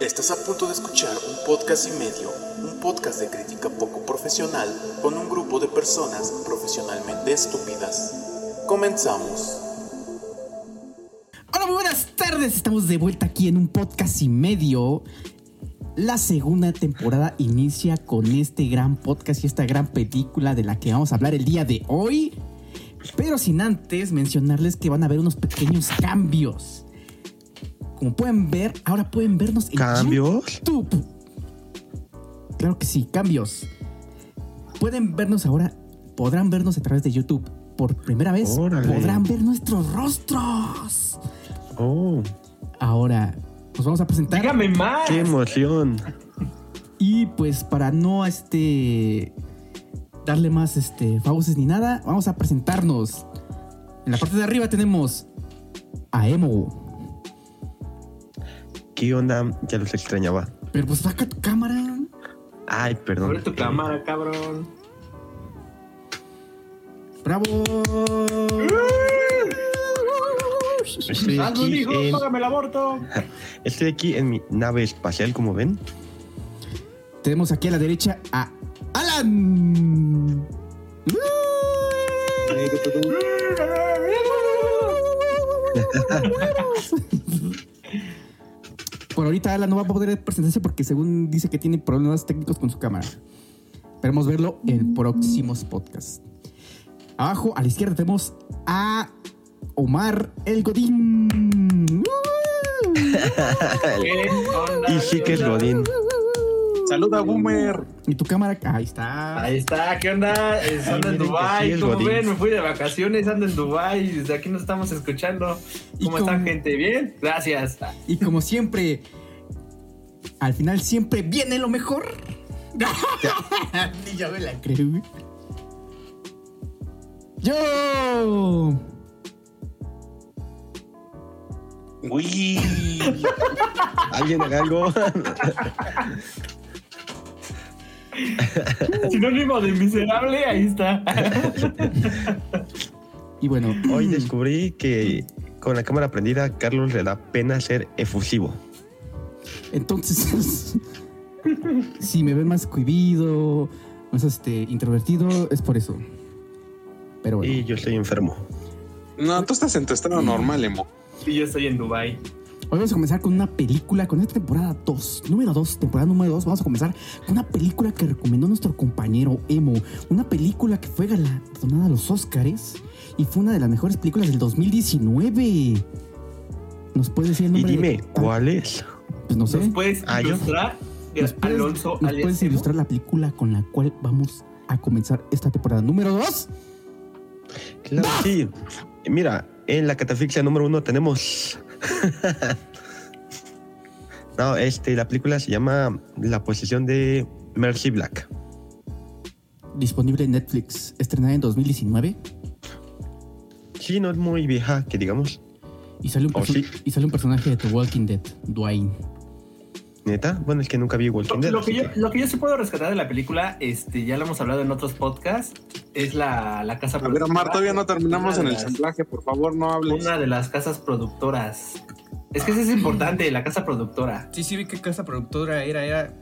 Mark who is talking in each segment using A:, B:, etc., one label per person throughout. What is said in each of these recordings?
A: Estás a punto de escuchar un podcast y medio, un podcast de crítica poco profesional con un grupo de personas profesionalmente estúpidas. Comenzamos.
B: Hola, muy buenas tardes. Estamos de vuelta aquí en un podcast y medio. La segunda temporada inicia con este gran podcast y esta gran película de la que vamos a hablar el día de hoy. Pero sin antes mencionarles que van a haber unos pequeños cambios. Como pueden ver, ahora pueden vernos en
C: ¿Cambios?
B: YouTube. Claro que sí, cambios. Pueden vernos ahora, podrán vernos a través de YouTube. Por primera vez
C: Órale.
B: podrán ver nuestros rostros.
C: Oh,
B: Ahora nos vamos a presentar.
D: Dígame más.
C: qué emoción.
B: Y pues para no este darle más este fauces ni nada, vamos a presentarnos. En la parte de arriba tenemos a Emo.
C: ¿Qué onda? Ya los extrañaba.
B: Pero pues saca tu cámara.
C: Ay, perdón.
D: Abre tu
C: Eh,
D: cámara, cabrón.
B: ¡Bravo!
C: Estoy
D: Hazme un
C: aquí,
D: hijo,
C: en,
D: págame el aborto.
C: estoy aquí en mi nave espacial, como ven.
B: Tenemos aquí a la derecha a Alan. Por ahorita Alan no va a poder presentarse porque según dice que tiene problemas técnicos con su cámara. Esperemos verlo en próximos podcasts. Abajo a la izquierda tenemos a Omar El Godín.
D: ¿Qué onda,
C: Y sí
D: qué
C: que es
D: onda?
C: Godín.
E: Saluda, Boomer.
B: ¿Y tu cámara? Ahí está.
D: Ahí está, ¿qué onda? Es-
C: Ay,
D: Ando en
C: miren que sí
D: Dubai,
C: es
D: ¿cómo
C: Godín.
D: ven? Me fui de vacaciones, ando en Dubai, desde aquí nos estamos escuchando.
B: Y
D: ¿Cómo están,
B: con-
D: gente? ¿Bien? Gracias.
B: Y como siempre, al final siempre viene lo mejor. Ni yo me la creo. güey. Yo.
C: Uy. ¿Alguien haga algo?
D: Sinónimo de miserable, ahí está.
B: Y bueno,
C: Hoy descubrí que con la cámara prendida, a Carlos le da pena ser efusivo.
B: entonces, si me ven más cohibido, más este, introvertido, es por eso. Pero bueno,
C: Y yo estoy enfermo.
E: No, tú estás en tu estado normal, Emo.
D: Y yo estoy en Dubai.
B: hoy vamos a comenzar con una película, con esta temporada 2, número 2, temporada número 2, vamos a comenzar con una película que recomendó nuestro compañero Emo, una película que fue galardonada a los Óscares y fue una de las mejores películas del 2019. ¿Nos puedes decir el
C: Y
B: nombre? de-
C: dime, ¿cuál es?
B: Pues no sé.
D: ¿Nos puedes
C: Ah, ¿yo?
D: ilustrar?
B: ¿Nos puedes,
D: Alonso,
B: nos
D: alias
B: puedes
D: Emo?
B: ilustrar la película con la cual vamos a comenzar esta temporada número 2?
C: Claro, que sí. Mira, en la catafixia número uno tenemos. no, este, la película se llama La posesión de Mercy Black.
B: Disponible en Netflix, estrenada en 2019
C: Sí, no es muy vieja, que digamos.
B: y sale un,
C: Oh,
B: perso-
C: sí.
B: y sale un personaje de The Walking Dead, Dwayne.
C: Neta, bueno, es que nunca vi Walking Dead.
D: Lo que,
C: así
D: yo,
C: que-
D: lo que yo sí puedo rescatar de la película, este, ya lo hemos hablado en otros podcasts, es la, la casa
E: A ver, Omar, todavía no terminamos
D: Una
E: en
D: de
E: el
D: las-
E: semblaje, por favor, no hables.
D: Una de las casas productoras. Es que eso es importante, la casa productora.
B: Sí, sí, vi que casa productora era, era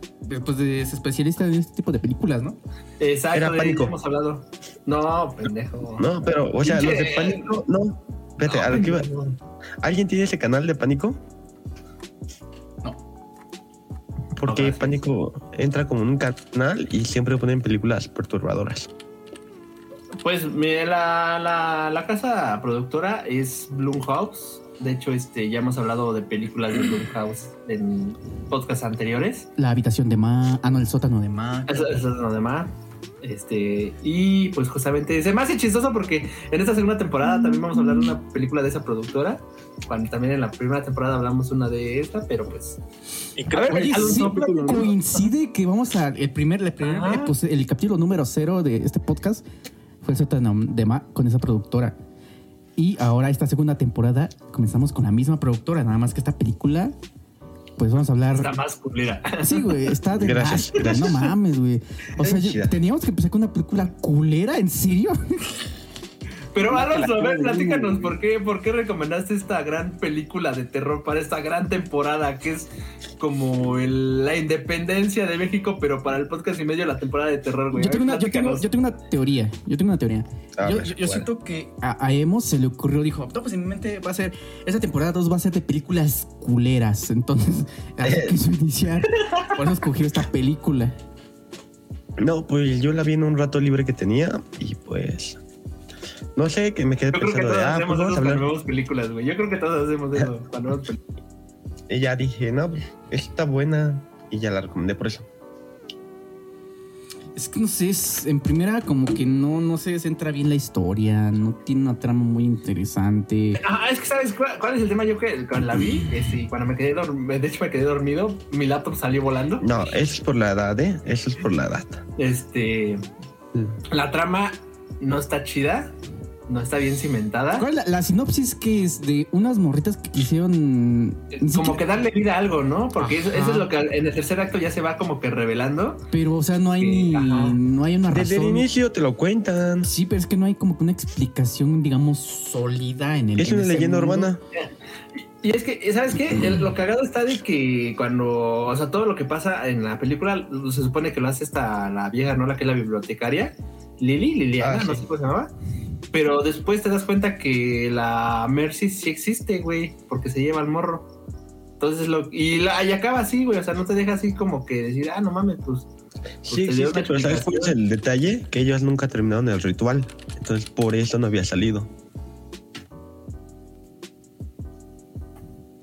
B: pues de, es especialista en este tipo de películas, ¿no?
D: Exacto,
C: Era
D: de
C: Pánico.
D: eso hemos hablado. No, pendejo.
C: No, pero, o sea, los de
D: Pinche-
C: pánico. No, espérate, a lo que iba- ¿Alguien tiene ese canal de pánico?
B: No.
C: Porque
D: No, gracias.
C: Pánico entra como en un canal y siempre ponen películas perturbadoras.
D: Pues mire, la, la, la casa productora es Blumhouse. De hecho, este, ya hemos hablado de películas de Blumhouse en podcasts anteriores.
B: La habitación de Ma, ah no, el sótano de Ma.
D: Eso, eso es lo demás. Este, y pues justamente se me hace chistoso porque en esta segunda temporada también vamos a hablar de
B: Mm.
D: una película de esa productora. Cuando también en la primera temporada hablamos una de esta, pero pues.
E: Y
D: A
E: creo
D: ver,
E: que
B: Oye,
D: algo
B: sí,
D: no, pero-
B: coincide que vamos a el primer, la primera-
D: Ajá.
B: pues, el capítulo número cero de este podcast fue el sótano de Ma con esa productora. Y ahora esta segunda temporada comenzamos con la misma productora, nada más que esta película, pues vamos a hablar.
D: Está más culera.
B: Sí, güey, está de
C: Gracias,
B: asco,
C: gracias.
B: No mames, güey. O sea,
C: Ay,
B: yo-
C: chida.
B: teníamos que empezar con una película culera, ¿en serio?
D: Pero Alonso, a ver,
E: Claro,
D: platícanos,
E: güey.
D: ¿por qué, ¿por qué recomendaste esta gran película de terror para esta gran temporada que es como el- la independencia de México, pero para el podcast y medio la temporada de terror, güey.
B: Yo tengo,
D: A ver,
B: una, yo, tengo,
D: platícanos.
B: yo tengo una teoría. Yo tengo una teoría.
C: A
B: yo
C: ver,
B: yo- yo
C: ¿cuál?
B: siento que a, a Emo se le ocurrió, dijo, no, pues en mi mente va a ser, esa temporada 2 va a ser de películas culeras. Entonces, así quiso iniciar. Por eso escogió esta película.
C: No, pues yo la vi en un rato libre que tenía y pues. No sé, que me quedé
D: Yo creo que
C: pensando
D: todos
C: de. Ah,
D: hacemos
C: pues vamos
D: eso
C: a
D: cuando
C: hablar.
D: vemos películas, güey. Yo creo que todos hacemos eso cuando vemos películas.
C: Y ya dije, no, pues, está buena. Y ya la recomendé por eso.
B: Es que no sé, es- en primera como que no, no se centra bien la historia, no tiene una trama muy interesante.
D: Ah, es que sabes cuál, cuál es el tema. Yo que cuando la vi, este, y cuando me quedé dormido, de hecho me quedé dormido, mi laptop salió volando.
C: No, eso es por la edad, ¿eh? Eso es por la edad.
D: Este,
C: Mm.
D: la trama no está chida, no está bien cimentada.
B: ¿Cuál es la, la sinopsis que es de unas morritas que quisieron...
D: Como que darle vida a algo, ¿no? Porque eso, eso
B: Ajá.
D: es lo que en el tercer acto ya se va como que revelando.
B: Pero, o sea, no hay ni...
D: Ajá.
B: No hay una razón.
C: Desde el inicio te lo cuentan.
B: Sí, pero es que no hay como que una explicación, digamos, sólida en el.
C: Es
B: en
C: una
B: ese
C: leyenda
B: mundo.
C: urbana.
D: Y es que, ¿sabes qué? El- lo cagado está de que cuando, o sea, todo lo que pasa en la película se supone que lo hace esta la vieja, ¿no? La que es la bibliotecaria, Lili, Liliana,
C: Ah,
D: no
C: sí.
D: sé cómo se llamaba. Pero después te das cuenta que la Mercy sí existe, güey, porque se lleva al morro. Entonces, lo, y, la, y acaba así, güey, o sea, no te deja así como que decir, ah, no mames, pues.
C: Sí,
D: Te dio
C: existe,
D: una
C: pero ¿sabes cuál es el detalle? Que ellos nunca terminaron el ritual. Entonces, por eso no había salido.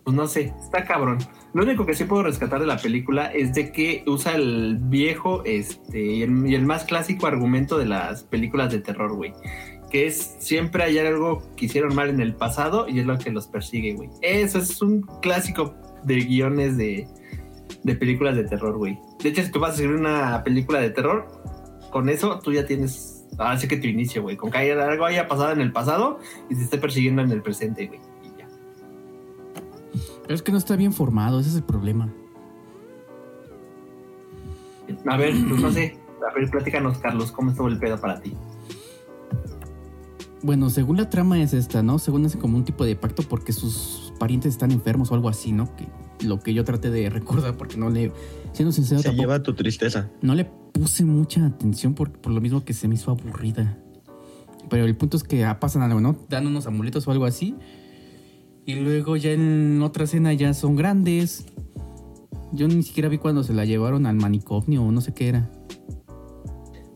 D: pues no sé, está cabrón. Lo único que sí puedo rescatar de la película es de que usa el viejo este, y, el, y el más clásico argumento de las películas de terror, güey. Que es siempre hay algo que hicieron mal en el pasado y es lo que los persigue, güey. Eso es un clásico de guiones de, de películas de terror, güey. De hecho, si tú vas a escribir una película de terror, con eso tú ya tienes... Así que tu inicio, güey. Con que haya- algo haya pasado en el pasado y te esté persiguiendo en el presente, güey. Y ya.
B: Pero es que no está bien formado, ese es el problema.
D: A ver, pues no sé. A ver, platícanos, Carlos, ¿cómo estuvo el pedo para ti?
B: Bueno, según la trama es esta, ¿no? Según es como un tipo de pacto porque sus parientes están enfermos o algo así, ¿no? Que lo que yo traté de recordar porque no le. Siendo sincero,
C: Se
B: tampoco,
C: lleva tu tristeza.
B: no le puse mucha atención por, por lo mismo que se me hizo aburrida. Pero el punto es que ah, pasan algo, ¿no? Dan unos amuletos o algo así. Y luego ya en otra escena ya son grandes. Yo ni siquiera vi cuando se la llevaron al manicomio o no sé qué era.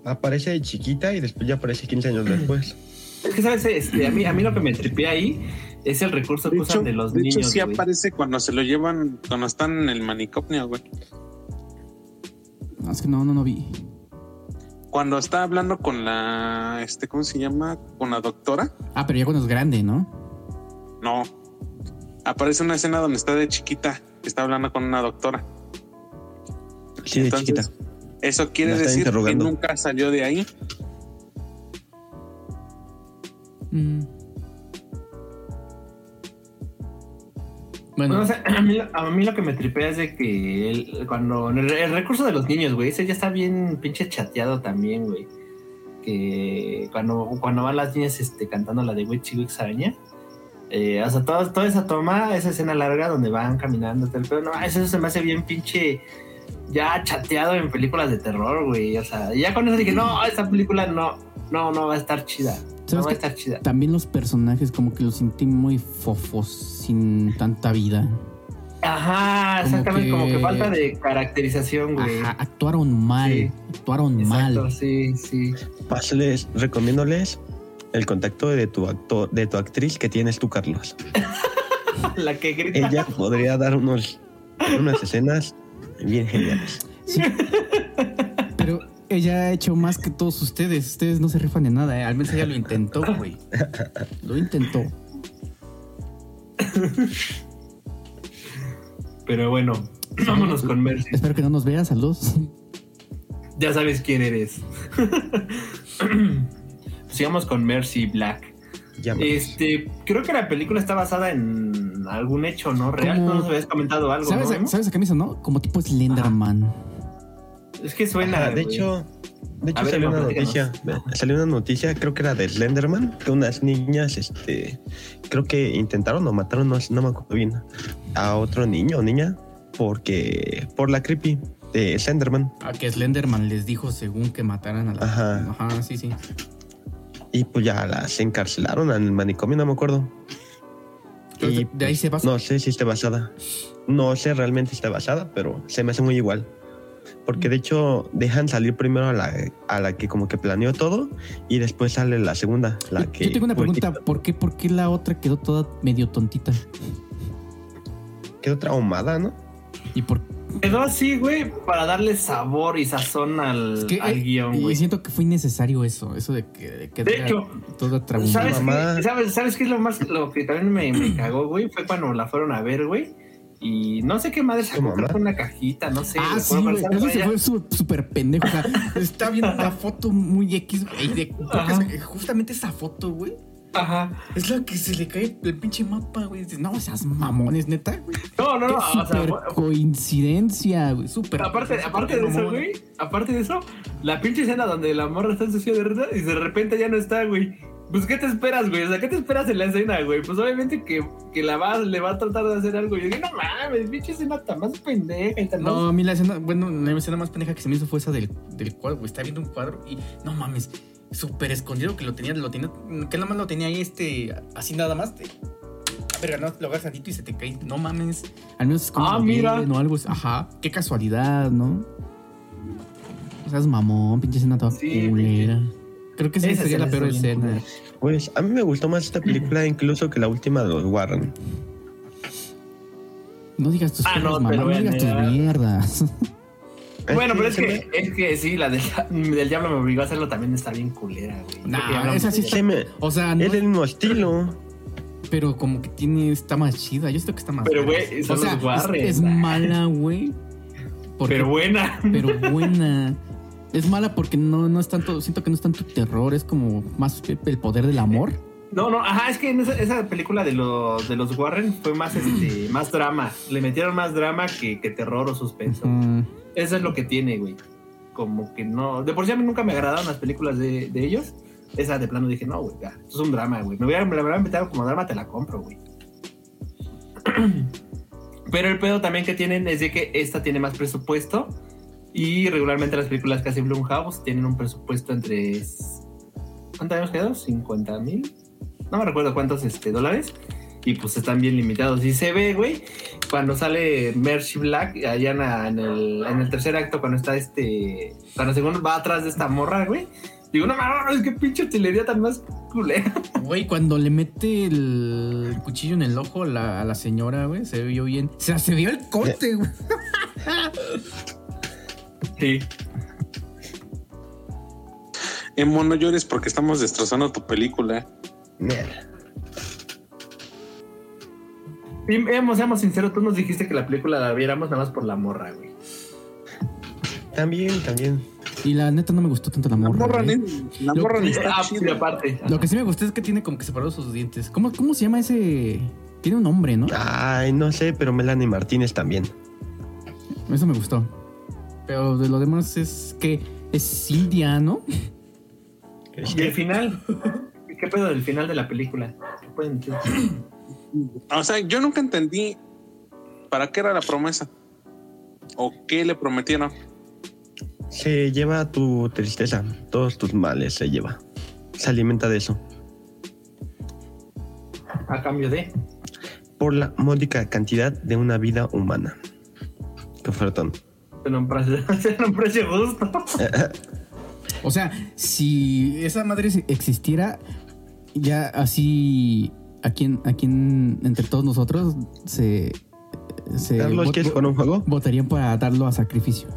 C: Aparece de chiquita y después ya aparece 15 años después.
D: Es que, ¿sabes? Este, a, mí, a mí lo que me tripé ahí es el recurso que
E: De
D: usan
E: hecho,
D: de los
E: de
D: niños.
E: hecho sí
D: güey.
E: aparece cuando se lo llevan, cuando están en el manicomio, güey.
B: No, es que no, no, no vi.
E: Cuando está hablando con la, este, ¿cómo se llama? Con la doctora.
B: Ah, pero ya cuando es grande, ¿no?
E: No. Aparece una escena donde está de chiquita, que está hablando con una doctora.
C: Sí, de
E: Entonces,
C: chiquita.
E: Eso quiere
C: La está
E: decir que
C: interrogando.
E: nunca salió de ahí.
B: Mm. Bueno,
D: No, Pues, o sea, a, mí, lo- a mí lo que me tripea es de que el- cuando el, el recurso de los niños, güey, ese ya está bien pinche chateado también, güey. Que cuando, cuando van las niñas este, cantando la de Witchy Wix Araña, eh, o sea, todo- toda esa toma, esa escena larga donde van caminando, tal, pero no, eso se me hace bien pinche ya chateado en películas de terror, güey. O sea, ya con eso dije, no, esta película no, no, no va a estar chida. No
B: ¿sabes
D: va a
B: qué?
D: estar chida.
B: También los personajes como que los sentí muy fofos, sin tanta vida.
D: Ajá,
B: Como
D: exactamente, como que
B: que-
D: falta de caracterización, güey.
B: Ajá, actuaron mal,
D: Sí.
B: actuaron
D: Exacto,
B: mal.
D: sí, sí.
C: Pásales, recomiéndoles el contacto de tu actor, de tu actriz que tienes tú, Carlos.
D: La que grita.
C: Ella podría dar unos, unas escenas bien geniales.
B: Pero ella ha hecho más que todos ustedes. Ustedes no se rifan de nada, ¿eh? Al menos ella lo intentó, güey. Lo intentó.
D: Pero bueno, vámonos con Mercy.
B: Espero que no nos veas, saludos.
D: Ya sabes quién eres. Sigamos con Mercy Black.
C: Llámanos.
D: Este, creo que la película está basada en algún hecho, ¿no? Real,
B: Como-
D: no nos habías comentado algo,
B: ¿Sabes,
D: ¿no?
B: ¿Sabes a qué me hizo, no? Como tipo Slenderman.
D: Es que suena.
C: Ajá, de
D: güey.
C: hecho, de hecho
D: A ver,
C: salió
D: Emma,
C: una noticia,
D: platícanos.
C: salió una noticia, creo que era de Slenderman, que unas niñas, este, creo que intentaron o mataron, no, no me acuerdo bien, a otro niño o niña porque por la creepy de Slenderman.
B: A que Slenderman les dijo según que mataran a la.
C: Ajá.
B: Ajá, sí, sí.
C: Y pues ya las encarcelaron al manicomio, no me acuerdo.
B: Pero
C: Y, pues,
B: de- de ahí se basa.
C: No sé si está basada. No sé realmente si está basada, pero se me hace muy igual. Porque de hecho dejan salir primero a la, a la que como que planeó todo y después sale la segunda, la
B: Yo-
C: que...
B: Yo tengo una
C: fue
B: pregunta, ¿por qué, ¿por qué la otra quedó toda medio tontita?
C: que- Quedó traumada, ¿no?
B: Y por
D: Quedó así, güey, para darle sabor y sazón al,
B: es que, eh,
D: al guión,
B: y
D: güey.
B: siento que fue innecesario eso, eso de que, de que
D: De
B: era
D: hecho,
B: toda traumada.
D: ¿Sabes
C: mamá.
D: qué, ¿sabes, ¿Sabes qué es lo más lo que también me, me cagó, güey? Fue cuando la fueron a ver, güey. Y no sé qué madre
C: ¿Tu
D: sacó,
C: mamá?
D: creo que una cajita, no sé.
B: ah,
D: güey,
B: sí,
D: fueron
B: güey.
D: para
B: Eso
D: estar
B: se
D: allá.
B: fue su- súper pendejo. o sea, está viendo la foto muy X, güey. de- creo que
D: Ajá.
B: es- justamente esa foto, güey.
D: Ajá.
B: Es la que se le cae el pinche mapa, güey. Dices, no, seas mamones, neta, güey.
D: No, no,
B: Qué
D: no. O sea,
B: súper
D: fue-
B: coincidencia, güey. Súper.
D: aparte,
B: súper
D: aparte de eso,
B: mamona.
D: güey. Aparte de eso, la pinche escena donde la morra está ensuciada de risa y de repente ya no está, güey. Pues, ¿qué te esperas, güey? O sea, ¿qué te esperas en la escena, güey? Pues, obviamente que, que la va, le va a tratar de hacer algo. Y yo dije, no mames, pinche escena tan más pendeja y tan
B: No,
D: más...
B: a mí la escena, bueno, la escena más pendeja que se me hizo fue esa del, del cuadro, güey. Está viendo un cuadro y no mames, súper escondido que lo tenía, lo tenía, que nada más lo tenía ahí este, así nada más. Te, verga, no, lo agarras tantito y se te cae. No mames. Al menos es como
D: Ah,
B: lo
D: mira.
B: ven o algo. así. Ajá, qué casualidad, ¿no? O sea, es mamón, pinche escena toda
D: Sí,
B: culera. Creo que esa
D: Esa
B: sería la
D: escena
B: peor
D: está bien
B: escena.
C: Pues a mí me gustó más esta película incluso que la última de los Warren.
B: No digas tus
D: Ah,
B: cosas,
D: no,
B: mamá,
D: pero
B: no
D: vean,
B: digas tus
D: ya.
B: mierdas.
D: Bueno, pero es
C: se
D: que, es que sí, la del, del diablo me obligó a hacerlo también está bien culera, güey. Creo
B: Nah,
D: que ya hablamos
B: esa sí
D: de
C: me-
D: ella.
C: se me-
B: O sea, no,
C: Es el mismo estilo.
B: Pero como que tiene, está más chida. Yo siento que está más.
D: Pero,
B: vergas.
D: güey, son
B: o sea,
D: los Warren.
B: Es, es mala, güey. porque-
D: Pero buena.
B: pero buena. Es mala porque no, no es tanto. Siento que no es tanto terror, es como más el poder del amor.
D: No, no, ajá, es que en esa, esa película de los, de los Warren fue más
B: Mm.
D: este, más drama. Le metieron más drama que, que terror o suspenso.
B: Mm,
D: Eso es lo que tiene, güey. Como que no. De por sí a mí nunca me agradaron las películas de, de ellos. Esa de plano dije, no, güey, ya, esto es un drama, güey. Me hubiera, me la hubiera metido como drama, te la compro, güey. Pero el pedo también que tienen es de que esta tiene más presupuesto. Y regularmente las películas que hace Blumhouse tienen un presupuesto entre. ¿Cuánto habíamos quedado? ¿50 mil? No me recuerdo cuántos este, dólares. Y pues están bien limitados. Y se ve, güey, cuando sale Mercy Black allá en, la- en el, en el tercer acto, cuando está este. Cuando según va atrás de esta morra, güey. Digo, no mames, qué pinche utilería tan más culera.
B: Güey, cuando le mete el cuchillo en el ojo a la, a la señora, güey, se vio bien. O sea, se vio el corte, güey.
D: Sí.
E: Emo, no llores porque estamos destrozando tu película.
D: Y, emo, seamos sinceros, tú nos dijiste que la película la viéramos nada más por la morra, güey.
C: También, también.
B: Y la neta no me gustó tanto la
E: La
B: morra.
E: morra,
B: güey.
E: ni- la
B: Lo
E: morra
B: que-
E: ni está
D: Ah, sí,
E: chida.
D: aparte.
B: Lo que sí me gustó es que tiene como que separado sus dientes. ¿Cómo, cómo se llama ese? Tiene un nombre,
C: Ah,
B: ¿no?
C: Ay, no sé, pero Melanie Martínez también.
B: Eso me gustó. Pero de lo demás es que es india, ¿no?
D: Y el final. ¿Qué pedo del final de la película? ¿Qué pueden decir?
E: O sea, yo nunca entendí para qué era la promesa o qué le prometieron.
C: Se lleva tu tristeza, todos tus males se lleva. Se alimenta de eso.
D: A cambio de.
C: Por la módica cantidad de una vida humana. Qué ofertón.
D: Era un precio, era un precio justo.
B: O sea, si esa madre se- existiera, ya así aquí en, aquí en- entre todos nosotros se, se
C: Carlos,
B: vot-
C: ¿quieres jugar un juego?
B: votarían para darlo a sacrificio.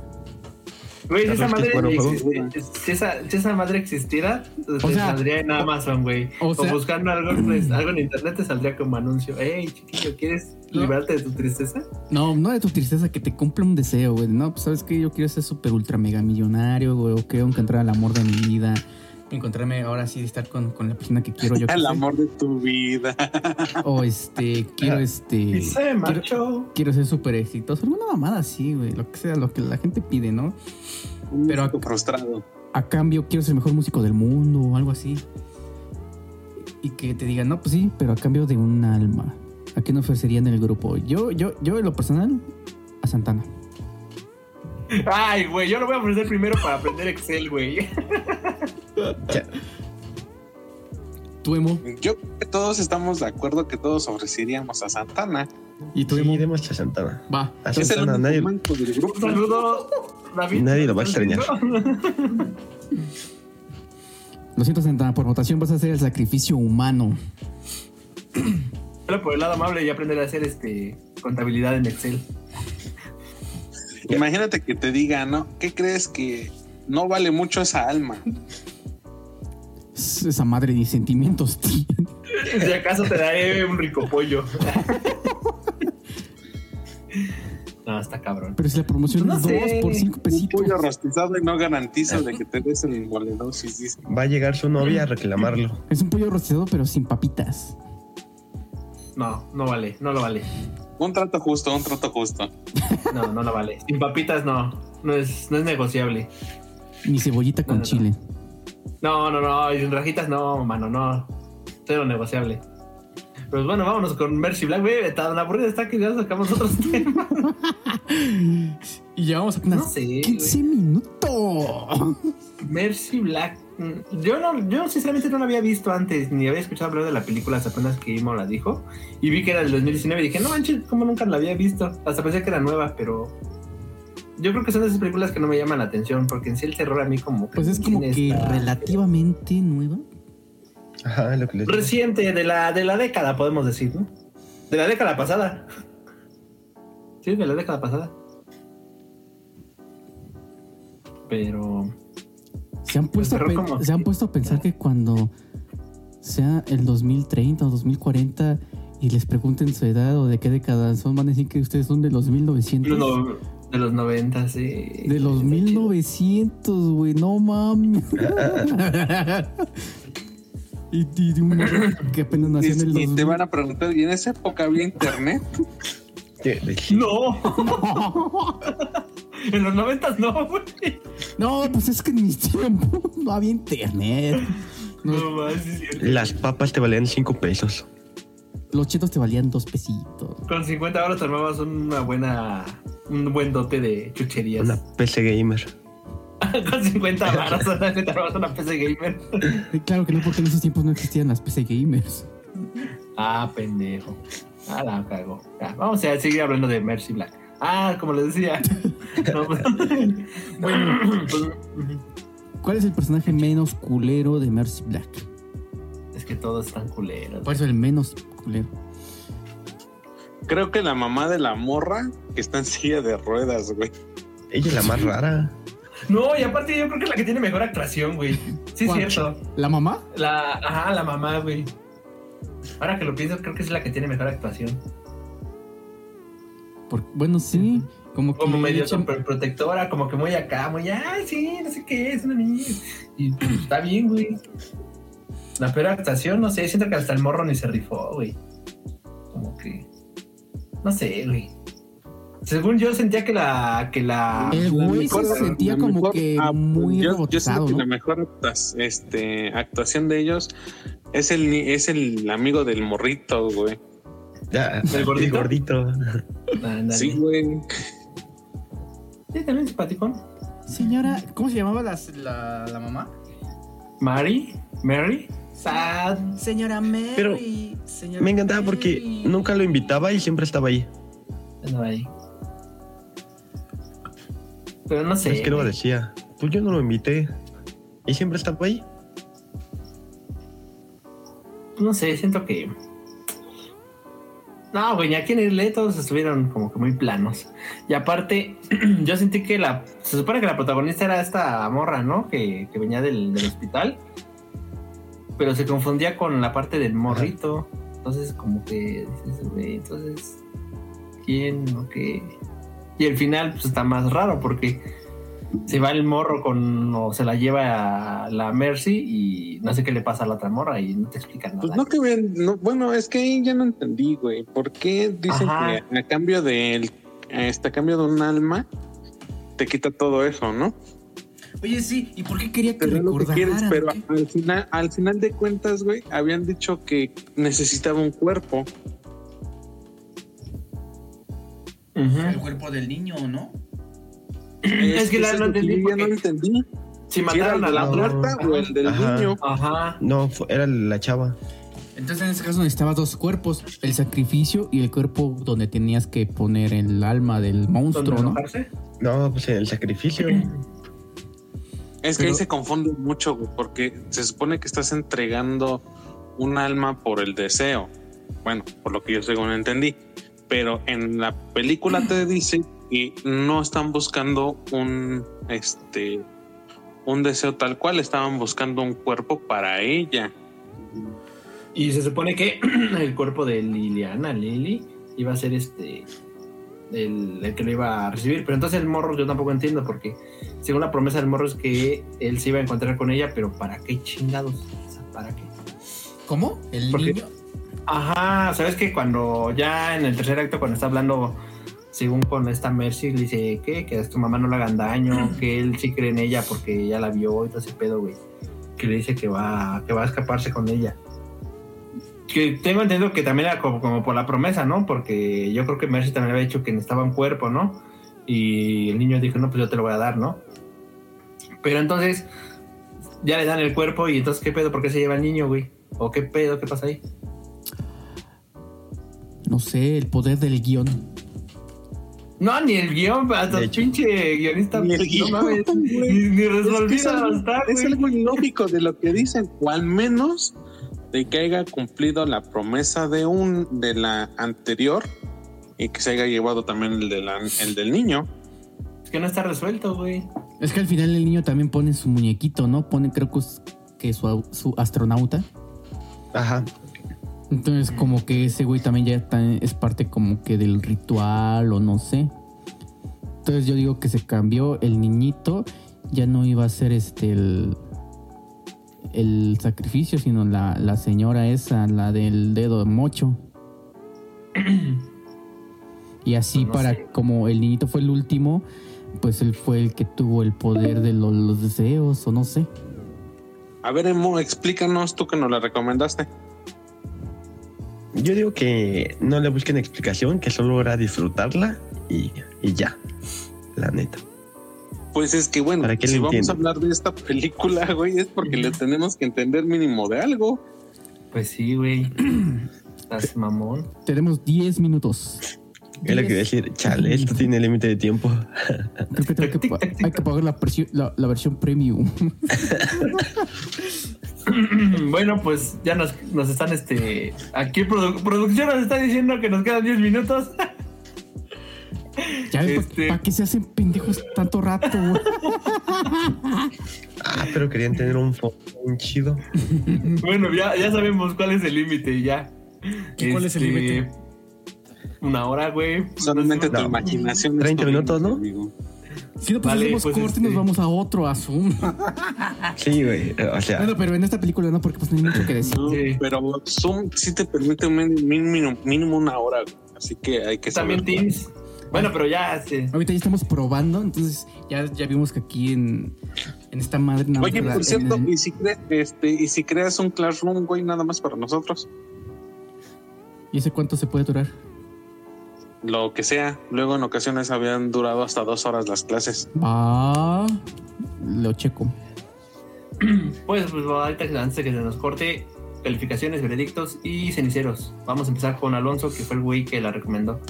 D: Güey, si esa
C: Carlos,
D: madre
C: ¿quieres jugar un
E: juego?
D: existe- si esa, si esa madre existiera, te
B: sea,
D: saldría en Amazon, güey.
B: o
D: O,
B: sea-
D: buscando algo, pues, algo en internet te saldría como anuncio. Hey, chiquillo, ¿quieres
B: No.
D: liberarte de tu tristeza?
B: No, no de tu tristeza que te cumpla un deseo, güey. No, pues sabes que yo quiero ser súper ultra mega millonario, güey. O quiero encontrar el amor de mi vida. Encontrarme ahora sí, estar con, con la persona que quiero yo. que
E: El
B: sé.
E: amor de tu vida.
B: O este, quiero este.
D: Y se
B: quiero-
D: marchó.
B: quiero ser súper exitoso. Alguna mamada así, güey. Lo que sea, lo que la gente pide, ¿no?
E: Un
B: Pero-
E: poco frustrado.
B: A cambio, quiero ser el mejor músico del mundo o algo así. Y que te digan, no, pues sí, pero a cambio de un alma. ¿A qué nos ofrecerían el grupo? Yo, yo, yo, en lo personal, a Santana.
D: Ay, güey, yo lo voy a ofrecer primero para aprender Excel, güey.
B: Tu emo.
E: Yo creo que todos estamos de acuerdo que todos ofreceríamos a Santana.
B: Y tu
C: Sí,
B: emo.
C: iremos a Santana.
B: Va.
C: A
E: Es el
C: Santana,
E: único
C: nadie-
E: manco del
D: Un
E: grupo.
D: saludo, David.
C: Nadie lo va a extrañar.
B: Lo siento, Santana, por votación vas a hacer el sacrificio humano.
D: Solo por el lado amable y aprender a hacer este contabilidad en Excel.
E: Imagínate que te diga, ¿no? ¿Qué crees que no vale mucho esa alma?
B: Es- Esa madre de sentimientos tiene.
D: Si acaso te daré un rico pollo. No, está cabrón.
B: Pero si la promoción
D: No
B: es
D: sé,
B: dos por cinco
E: Un
B: pesitos.
E: pollo rostizado y no garantiza de que te des el moledosis, dice.
C: Va a llegar su novia a reclamarlo.
B: Es un pollo rostizado, pero sin papitas.
D: No, no vale, no lo vale.
E: Un trato justo, un trato justo.
D: No, no lo vale. Sin papitas no. No es, no es negociable.
B: Ni cebollita con
D: No, no, no.
B: chile.
D: No, no, no. Y sin rajitas no, mano, no. Cero negociable. Pues bueno, vámonos con Mercy Black, güey. Tan aburrida está que ya sacamos otros temas.
B: Y llevamos
D: No
B: apenas
D: sé. güey.
B: 15 minutos.
D: Mercy Black. mm, Yo no, yo sinceramente no la había visto antes, ni había escuchado hablar de la película hasta apenas que Imo la dijo. Y vi que era del 2019 y dije, no manches, como nunca la había visto. Hasta pensé que era nueva, pero yo creo que son de esas películas que no me llaman la atención, porque en sí el terror a mí como que
B: Pues es
D: no
B: como
D: tiene
B: que
D: esta-
B: relativamente nueva.
C: Ajá, lo que les digo.
D: reciente de la, de la década, podemos decir, ¿no? De la década pasada. Sí, de la década pasada. Pero
B: Se han puesto, a,
D: terror
B: pen-
D: como-
B: se han puesto a pensar que cuando sea el 2030 o 2040 y les pregunten su edad o de qué década son, van a decir que ustedes son de los 1900.
D: de los- de los 90, sí.
B: De los 1900, güey, no mames. y, y de uno que apenas nació en el
E: Y, y
B: 2000.
E: te van a preguntar, ¿y en esa época había internet?
C: Que- de-
D: No, en los noventas no, güey.
B: no, pues es que en mis tiempos no había internet.
D: No más, sí es cierto.
C: Las papas te valían 5 pesos.
B: Los chetos te valían dos pesitos.
D: Con 50 horas armabas una buena. Un buen dote de chucherías.
C: Una PC gamer.
D: Con 50 horas te armabas una PC gamer.
B: Y claro que no, porque en esos tiempos no existían las PC gamers.
D: Ah, pendejo. Ah, la cago. Ya, vamos a seguir hablando de Mercy Black. Ah, como les decía. No, pues-
B: Bueno. ¿Cuál es el personaje menos culero de Mercy Black?
D: es que todos están culeros.
B: Por eso el menos culero.
E: Creo que la mamá de la morra que está en silla de ruedas, güey.
C: Ella es la más rara.
D: No, y aparte yo creo que es la que tiene mejor actuación, güey. Sí, es
B: ¿Cuál?
D: cierto.
B: ¿La mamá?
D: La, ajá, la mamá, güey. Ahora que lo pienso, creo que es la que tiene mejor actuación.
B: Por- bueno, sí. Como que
D: Como medio
B: echan-
D: super protectora, como que muy acá, muy, ah, sí, no sé qué, es una niña. Y pues, está bien, güey. La peor actuación, no sé, siento que hasta el morro ni se rifó, güey. Como que. No sé, güey. Según yo sentía que la. que la.
B: El güey se
E: Mejor-
B: sentía
E: la
B: como
E: mejor-
B: que
E: ah,
B: muy
E: yo, yo sé
B: rebotado,
E: que
B: ¿no?
E: la mejor actas- este, actuación de ellos es el, ni- es el amigo del morrito, güey.
C: Ya,
D: ¿El gordito?
C: gordito.
D: Ándale.
E: Sí, güey. Pues
D: Sí, también simpaticón.
B: Señora, ¿cómo se llamaba las- la, la mamá?
D: Mari, Mary, Sad.
B: Señora Mary.
C: Pero
B: señora
C: Me encantaba porque nunca lo invitaba y siempre estaba ahí.
D: No ahí. Pero no sé.
C: Es que no decía. Pues yo no lo invité. Y siempre estaba ahí.
D: No sé, siento que. No, güey, ya quienes lee todos estuvieron como que muy planos. Y aparte, yo sentí que la. Se supone que la protagonista era esta morra, ¿no? Que, que venía del, del hospital. Pero se confundía con la parte del morrito. Entonces, como que dices, güey, entonces. ¿Quién o qué? Y el final, pues está más raro porque se va el morro con. o se la lleva a la Mercy y no sé qué le pasa a la otra morra y no te explican
E: Pues
D: nada.
E: no que ven, no, bueno, es que ahí ya no entendí, güey. ¿Por qué dicen
D: Ajá.
E: que a cambio del este, a cambio de un alma te quita todo eso, no?
B: Oye, sí, ¿y por qué quería que
E: Te da lo que
B: recordaran?
E: quieres, pero
B: o qué?
E: al final, al final de cuentas, güey, habían dicho que necesitaba un cuerpo.
F: el cuerpo del niño, ¿no?
D: Es que la-
E: eso
D: no
E: es Este, lo
D: entendí
E: yo ya
D: porque-
E: no entendí.
D: Si
E: Si era
D: mataron a
E: el de
D: la pues,
E: la
D: otra.
E: puerta o el del
C: Ajá.
E: niño.
D: Ajá.
C: No, fu- era la chava.
F: Entonces,
B: En este caso necesitabas dos cuerpos, el sacrificio y el cuerpo donde tenías que poner el alma del
D: ¿Dónde
B: monstruo, ¿no?
D: enojarse?
C: No, pues el sacrificio.
E: Es que ahí
B: Pero-
E: se confunde mucho, güey, porque se supone que estás entregando un alma por el deseo. Bueno, por lo que yo según entendí. Pero en la película te dice que no están buscando un este un deseo tal cual, estaban buscando un cuerpo para ella.
D: Y se supone que el cuerpo de Liliana, Lili, iba a ser este. El, el que lo iba a recibir. Pero entonces el morro yo tampoco entiendo, porque según la promesa del morro es que él se iba a encontrar con ella, pero ¿para qué chingados? O sea, ¿para qué?
B: ¿Cómo? El
D: ¿Por qué?
B: niño.
D: Ajá, sabes que cuando ya en el tercer acto, cuando está hablando, según con esta Mercy, le dice que, que a tu mamá no le hagan daño, que él sí cree en ella porque ya la vio y todo ese pedo, güey. Que le dice que va, que va a escaparse con ella. Que tengo entendido que también era como, como por la promesa, ¿no? Porque yo creo que Mercy también había dicho que necesitaba un cuerpo, ¿no? Y el niño dijo, no, pues yo te lo voy a dar, ¿no? Pero entonces ya le dan el cuerpo y entonces, ¿qué pedo? ¿Por qué se lleva el niño, güey? ¿O qué pedo? ¿Qué pasa ahí?
B: No sé, el poder del guión.
D: No, ni el guión, hasta
C: De
D: el
C: hecho.
D: pinche guionista.
E: Ni el
D: no
E: guión,
D: mames,
E: güey.
D: ni, ni
E: Es que es
D: resolvido
E: algo-
D: hasta,
E: es
D: güey.
E: algo ilógico de lo que dicen, o al menos de que haya cumplido la promesa de un de la anterior y que se haya llevado también el, de la- el del niño.
D: Es que no está resuelto, güey.
B: Es que al final el niño también pone su muñequito, ¿no? Pone, creo que, es- que su, au- su astronauta.
C: Ajá.
B: Entonces, como que ese güey también ya está- es parte como que del ritual o no sé. Entonces yo digo que se cambió el niñito, ya no iba a ser este el, el sacrificio, sino la, la señora esa, la del dedo mocho. Y así
D: No
B: para
D: sé.
B: como el niñito fue el último, pues él fue el que tuvo el poder de lo- los deseos o no sé.
E: A ver, Emo, explícanos tú que nos la recomendaste.
C: Yo digo que no le busquen explicación, que solo era disfrutarla y, y ya. La neta.
E: Pues es que bueno,
C: ¿Para qué
E: si
C: le
E: vamos a
C: entiendo?
E: hablar de esta película, güey, es porque le tenemos que entender mínimo de algo.
D: Pues sí, güey. Estás mamón.
B: Tenemos 10 minutos.
C: Es lo que iba a decir, chale, esto tiene límite de tiempo.
B: Creo que tengo que pa- hay que pagar la, presi- la- la versión premium.
D: bueno, pues ya nos, nos están, este. Aquí produ- producción nos está diciendo que nos quedan 10 minutos.
B: Ya ves,
D: Este-
B: ¿para qué se hacen pendejos tanto rato? güey?
C: Ah, pero querían tener un fondo bien chido.
D: bueno, ya, ya sabemos cuál es el límite, ya.
F: ¿Qué- cuál es el
D: Este,
F: límite?
D: Una hora, güey. Pues,
E: Solamente tu
C: No.
E: imaginación. es
C: 30
E: tu
C: minutos,
E: límite,
C: ¿no?
E: amigo.
B: Si no, pues
D: Vale,
B: hacemos
D: pues,
B: corte y
D: este-
B: nos vamos a otro asunto.
C: Sí, güey. O sea,
B: Bueno, pero en esta película no, porque pues no hay mucho que decir.
E: No,
D: Sí.
E: Pero Zoom sí te permite un min- mínimo, mínimo una hora, güey. así que hay que
D: También
E: saber.
D: Teams. Bueno, pero ya, este.
B: Ahorita ya estamos probando, entonces ya, ya vimos que aquí en, en esta madre... nada más
E: Oye,
B: la-
E: por cierto,
B: en-
E: ¿y si, cre- este, ¿y si creas un Classroom, güey, nada más para nosotros?
B: ¿Y ese cuánto se puede durar?
E: Lo que sea. Luego en ocasiones habían durado hasta dos horas las clases.
B: Ah, lo checo.
D: Pues, pues ahorita antes de que se nos corte, calificaciones, veredictos y ceniceros. Vamos a empezar con Alonso, que fue el güey que la recomendó.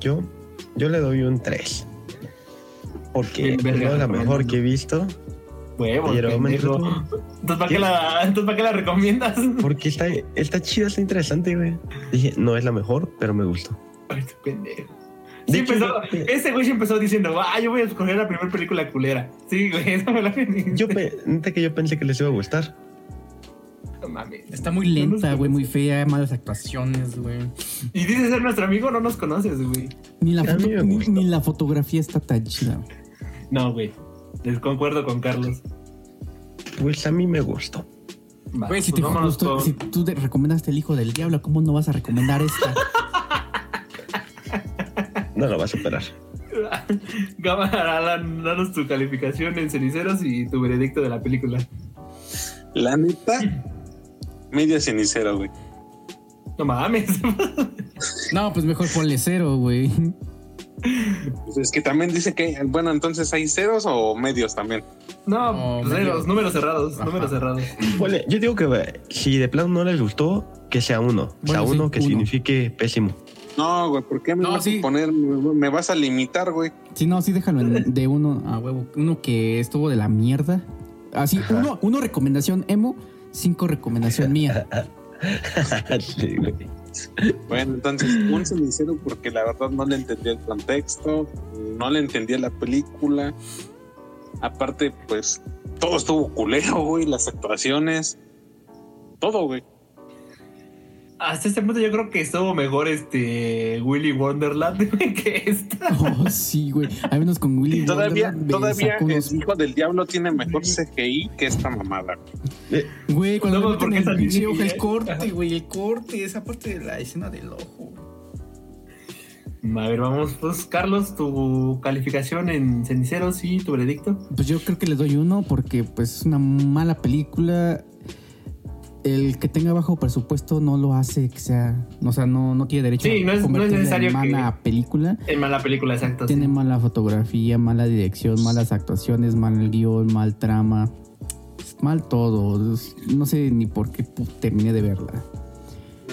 C: yo, yo le doy un 3. Porque
D: Bien, verga,
C: no es la mejor
D: recomendando.
C: que he visto.
D: Huevos,
C: Pero me
D: pendejo.
C: entretuvo.
D: Entonces, ¿para qué, la, entonces, ¿para qué la recomiendas?
C: Porque está, está chido, está interesante, güey. Dije, no es la mejor, pero me gustó.
D: Ay, este pendejo.
C: De
D: Sí,
C: hecho,
D: empezó,
C: yo-
D: ese güey sí empezó diciendo, ah, yo voy a escoger la primera película culera. Sí, güey, esa fue la que-
C: Yo, pe- neta que yo pensé que les iba a gustar.
D: No mames.
B: Está muy lenta, güey, muy fea, malas actuaciones, güey.
D: Y dices ser nuestro amigo, no nos conoces, güey.
B: Ni la,
C: A mí
B: foto-
C: me
B: ni-
C: gustó.
B: ni la fotografía está tan chida, güey.
D: No, güey. Desconcuerdo con Carlos.
C: Pues a mí me gustó.
D: Va,
F: Güey,
B: Si,
D: pues
B: te
D: vámonos
B: justo-
D: con-
B: si tú te recomendaste el hijo del diablo, ¿cómo no vas a recomendar esta?
C: No lo va a superar.
D: Cámara, Alan, danos tu calificación en ceniceros y tu veredicto de la película.
E: La neta, media cenicera, güey.
D: No mames.
B: No, pues mejor ponle cero, güey.
E: Pues es que también dice que, bueno, entonces hay ceros o medios también.
D: No,
B: No,
D: pues,
B: medio.
D: los números cerrados,
B: Ajá.
D: números cerrados.
C: Ponle- yo digo que eh, si de plano no les gustó, que sea uno. O sea
B: Bueno, sí,
C: uno que
B: uno.
C: signifique pésimo.
E: No, güey, ¿por qué me
B: No,
E: vas
B: sí.
E: a poner, me vas a limitar, güey?
B: Sí, no, sí, déjalo en- de uno a huevo. Uno que estuvo de la mierda. Así,
C: Ajá.
B: uno, uno recomendación emo, cinco recomendación mía.
C: Sí, güey.
E: Bueno, entonces un cenicero porque la verdad no le entendía el contexto, no le entendía la película. Aparte, pues todo estuvo culero, güey, las actuaciones, todo, güey.
D: Hasta este punto yo creo que estuvo mejor este Willy Wonderland que esta.
B: Oh, sí, güey. Al menos con Willy
E: Todavía,
B: Wonderland me
E: todavía
B: sacó unos-
E: el hijo del diablo tiene mejor CGI que esta mamada. güey.
B: Güey, cuando
D: No,
B: le
D: porque
B: meten el
D: esa
B: pinche
D: Disney,
B: ojo, el
D: ¿eh?
B: corte,
F: Corte,
B: güey.
F: güey, el corte, esa parte de la escena del ojo.
D: A ver, vamos, pues Carlos, tu calificación en Ceniceros y tu veredicto.
B: Pues yo creo que le doy uno porque pues es una mala película. El que tenga bajo presupuesto no lo hace que sea, o sea, no, no tiene derecho
D: Sí, no es- no es
B: convertirla
D: necesario
B: en mala película.
D: En mala película, exacto. sí.
B: Tiene mala fotografía, mala dirección, malas actuaciones, mal guión, mal trama, mal todo. Es- No sé ni por qué pu- terminé de verla.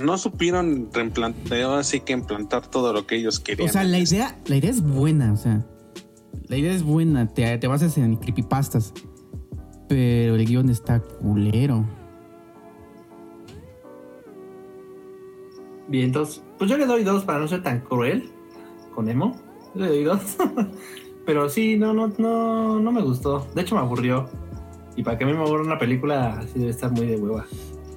E: No supieron reemplantear así que implantar todo lo que ellos querían.
B: O sea, la idea, la idea es buena, o sea. La idea es buena, te, te basas en creepypastas. Pero el guión está culero.
D: Bien, entonces, pues yo le doy dos para no ser tan cruel con Emo. Yo le doy dos. Pero sí, no, no, no, no me gustó. De hecho, me aburrió. Y para que a mí me aburra una película, sí debe estar muy de hueva.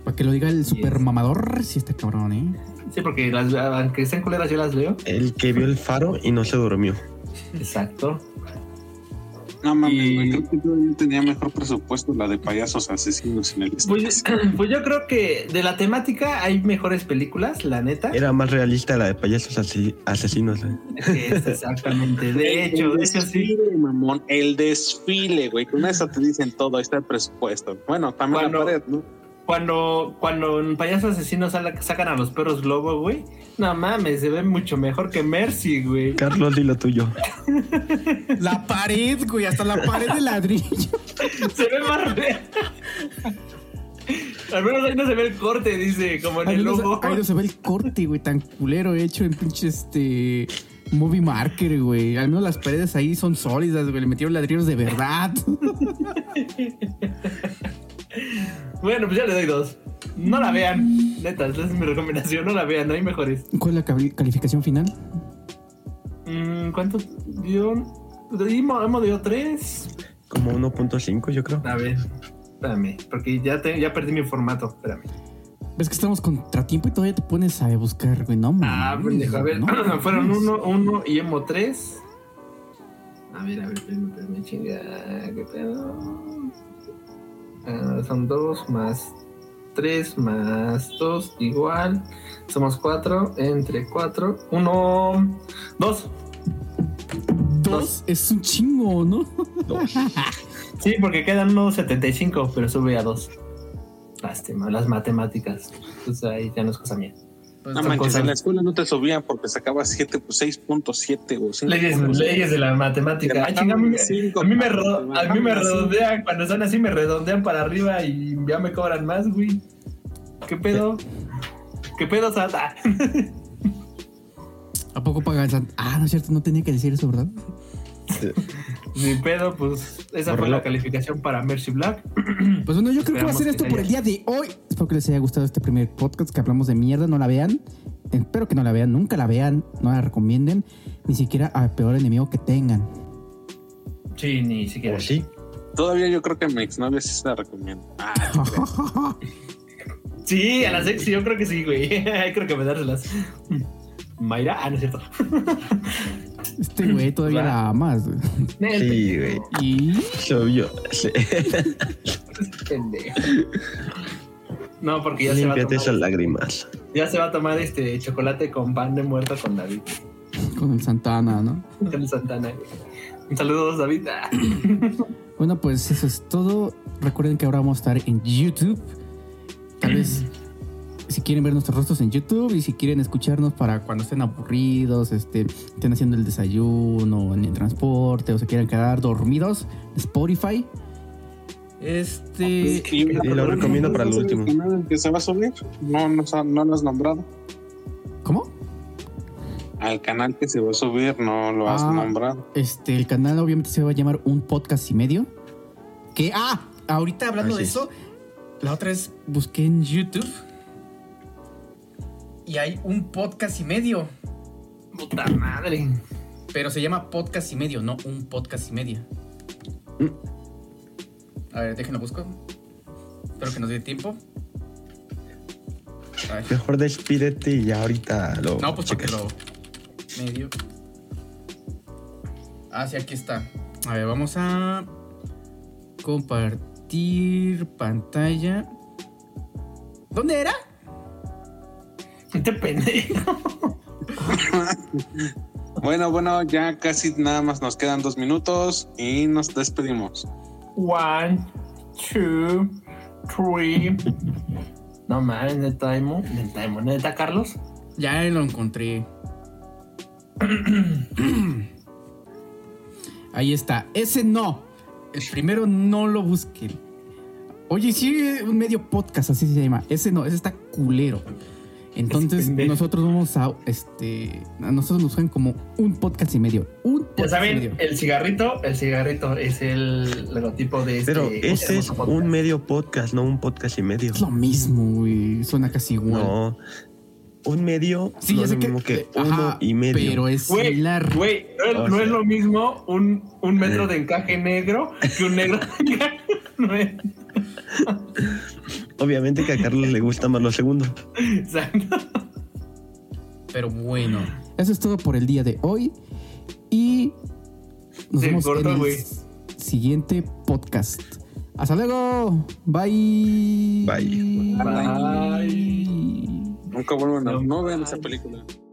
B: Para que lo diga el super mamador, si está cabrón, ¿eh?
D: Sí, porque las, aunque sean culeras, yo las leo.
C: El que vio el faro y no se durmió.
D: Exacto.
E: No mames, güey,
D: Y-
E: creo que yo tenía mejor presupuesto la de payasos asesinos en el estudio.
D: Pues, pues yo creo que de la temática hay mejores películas, la neta.
C: Era más realista la de payasos ase- asesinos. güey.
D: que esta, exactamente. De
E: El-
D: hecho,
E: el
D: de hecho, sí.
E: desfile, mamón, el desfile, güey. Con eso te dicen todo, ahí está el presupuesto. Bueno, también
D: Cuando-
E: la pared, ¿no?
D: Cuando, cuando en Payaso Asesino sala- sacan a los perros lobo, güey. No mames, se ve mucho mejor que Mercy, güey.
C: Carlos, di lo tuyo.
B: La pared, güey, hasta la pared de ladrillo.
D: Se ve más real. Al menos ahí no se ve el corte, dice, como en
B: Ahí
D: el
B: no, se-
D: lobo.
B: ahí no se ve el corte, güey, tan culero hecho en pinche este. Movie marker, güey. Al menos las paredes ahí son sólidas, güey. Le metieron ladrillos de verdad.
D: Bueno, pues ya le doy dos. No
B: Mm.
D: la vean, netas, esa es mi recomendación, no la vean, hay mejores.
B: ¿Cuál es la cali- calificación final?
D: Mm, ¿Cuánto dio? Dimo- Hemos dio tres.
C: Como 1.5, yo creo.
D: A ver, espérame, porque ya, te- ya perdí mi formato, espérame.
B: Ves que estamos contratiempo y todavía te pones a buscar, güey. No mames.
D: Ah, pendejo, a ver,
B: no
D: fueron
B: mames.
D: uno, uno y emo tres. A ver, a ver, espérame, espérame, chinga, qué pedo. Ah, son dos más tres más dos igual. Somos cuatro, entre cuatro, uno, dos.
B: Dos es un chingo, ¿no?
D: Sí, porque quedan unos 75, pero sube a dos. Lástima, las matemáticas. Pues ahí ya no es cosa mía.
E: No
D: son
E: manches,
D: cosas-
E: en la escuela no te subían porque sacabas 7, pues 6.7 o 5.
D: leyes de la
E: Te
D: matemática. Ah, Ay,
E: bajaban
D: chinga, a mí me-
E: de cinco,
D: A mí me,
E: te
D: redo- a mí
E: bajaban
D: me
E: de cinco.
D: redondean, cuando están así me redondean para arriba y ya me cobran más, güey. ¿Qué pedo? ¿Qué pedo, Ah, Sata?
B: ¿A poco pagan? san- Ah, no es cierto, no tenía que decir eso, ¿verdad?
D: Ni pedo, pues esa fue
C: Bórralo.
D: la calificación para Mercy Black.
B: Pues bueno, yo creo que va a ser
D: Esperamos
B: esto
D: que
B: por el día de hoy. Espero que les haya gustado este primer podcast que hablamos de mierda. No la vean. Espero que no la vean. Nunca la vean. No la recomienden. Ni siquiera al peor enemigo que tengan.
D: Sí, ni
C: ¿O
D: siquiera.
C: Pues sí?
E: Todavía yo creo que a mi exnovia sí se la recomiendo. Ah,
D: Sí, a las ex yo creo que sí, güey. creo que me dárselas. Mayra, ah, no es cierto.
B: Este güey todavía
D: ¿Verdad?
B: la amas. güey.
C: Sí, güey.
B: Y
C: Soy yo. Sí.
D: Pendejo. No, porque ya se va a
C: Límpiate esas
D: tomar,
C: lágrimas.
D: ya se va a tomar este chocolate con pan de muerto con David.
B: con el Santana, ¿no?
D: Con Santana. güey. Un saludo, David. Ah.
B: Bueno, pues eso es todo. Recuerden que ahora vamos a estar en YouTube. Tal vez si quieren ver nuestros rostros en YouTube y si quieren escucharnos para cuando estén aburridos, este, estén haciendo el desayuno, o en el transporte o se quieran quedar dormidos, Spotify.
C: Ah, pues
B: Este.
E: Y,
C: Y lo recomiendo para el último.
E: que se va a subir. No, no, sa- no lo has nombrado.
B: ¿Cómo?
E: Al canal que se va a subir no lo has
B: Ah.
E: nombrado.
B: Este, el canal obviamente se va a llamar Un Podcast y Medio. Que, ah, ahorita hablando
C: Así
B: de
C: es.
B: eso, la otra vez busqué en YouTube
F: Y hay un podcast y medio,
D: Puta madre.
F: pero se llama podcast y medio, no un podcast y media. A ver, déjenlo busco. Espero que nos dé tiempo. A ver.
C: Mejor despídete y ya ahorita lo.
F: No, pues porque
C: checas.
F: lo medio. Ah, sí, aquí está. A ver, vamos a compartir pantalla. ¿Dónde era?
D: Este pendejo.
E: Bueno, bueno, ya casi nada más nos quedan dos minutos y nos despedimos.
D: One, two, three. No mames, neta, Emo. Neta, Emo. Neta, Carlos.
F: Ya lo encontré.
B: Ahí está. Ese no. El primero no lo busquen. Oye, sí, un medio podcast, así se llama. Ese no, ese está culero. Entonces,
D: Ese pendejo.
B: nosotros vamos a. Este. A nosotros nos juegan como un podcast y medio. Un podcast
D: Ya
B: y
D: saben, eh,
B: medio.
D: el cigarrito, el cigarrito es el logotipo de este.
C: Pero ese es
D: hermoso podcast.
C: un medio podcast, no un podcast y medio.
B: Es lo mismo, güey. Suena casi igual.
C: No. Un medio
B: Sí,
C: no
B: ya
C: es
B: sé
C: lo
B: que. eh,
C: mismo que
B: ajá,
C: uno y medio.
B: Pero es
D: Güey,
B: similar.
D: Güey, no, es-
C: O
D: no
C: sea.
D: es lo mismo un, un metro
C: Eh.
D: de encaje negro que un negro de encaje negro.
C: Obviamente que a Carlos le gusta más lo segundo.
D: Exacto.
F: Pero bueno.
B: Eso es todo por el día de hoy. Y nos
D: Sí,
B: vemos
D: corta,
B: en el
D: güey.
B: siguiente podcast. Hasta luego. Bye.
C: Bye.
E: Nunca vuelvan a no vean esa película.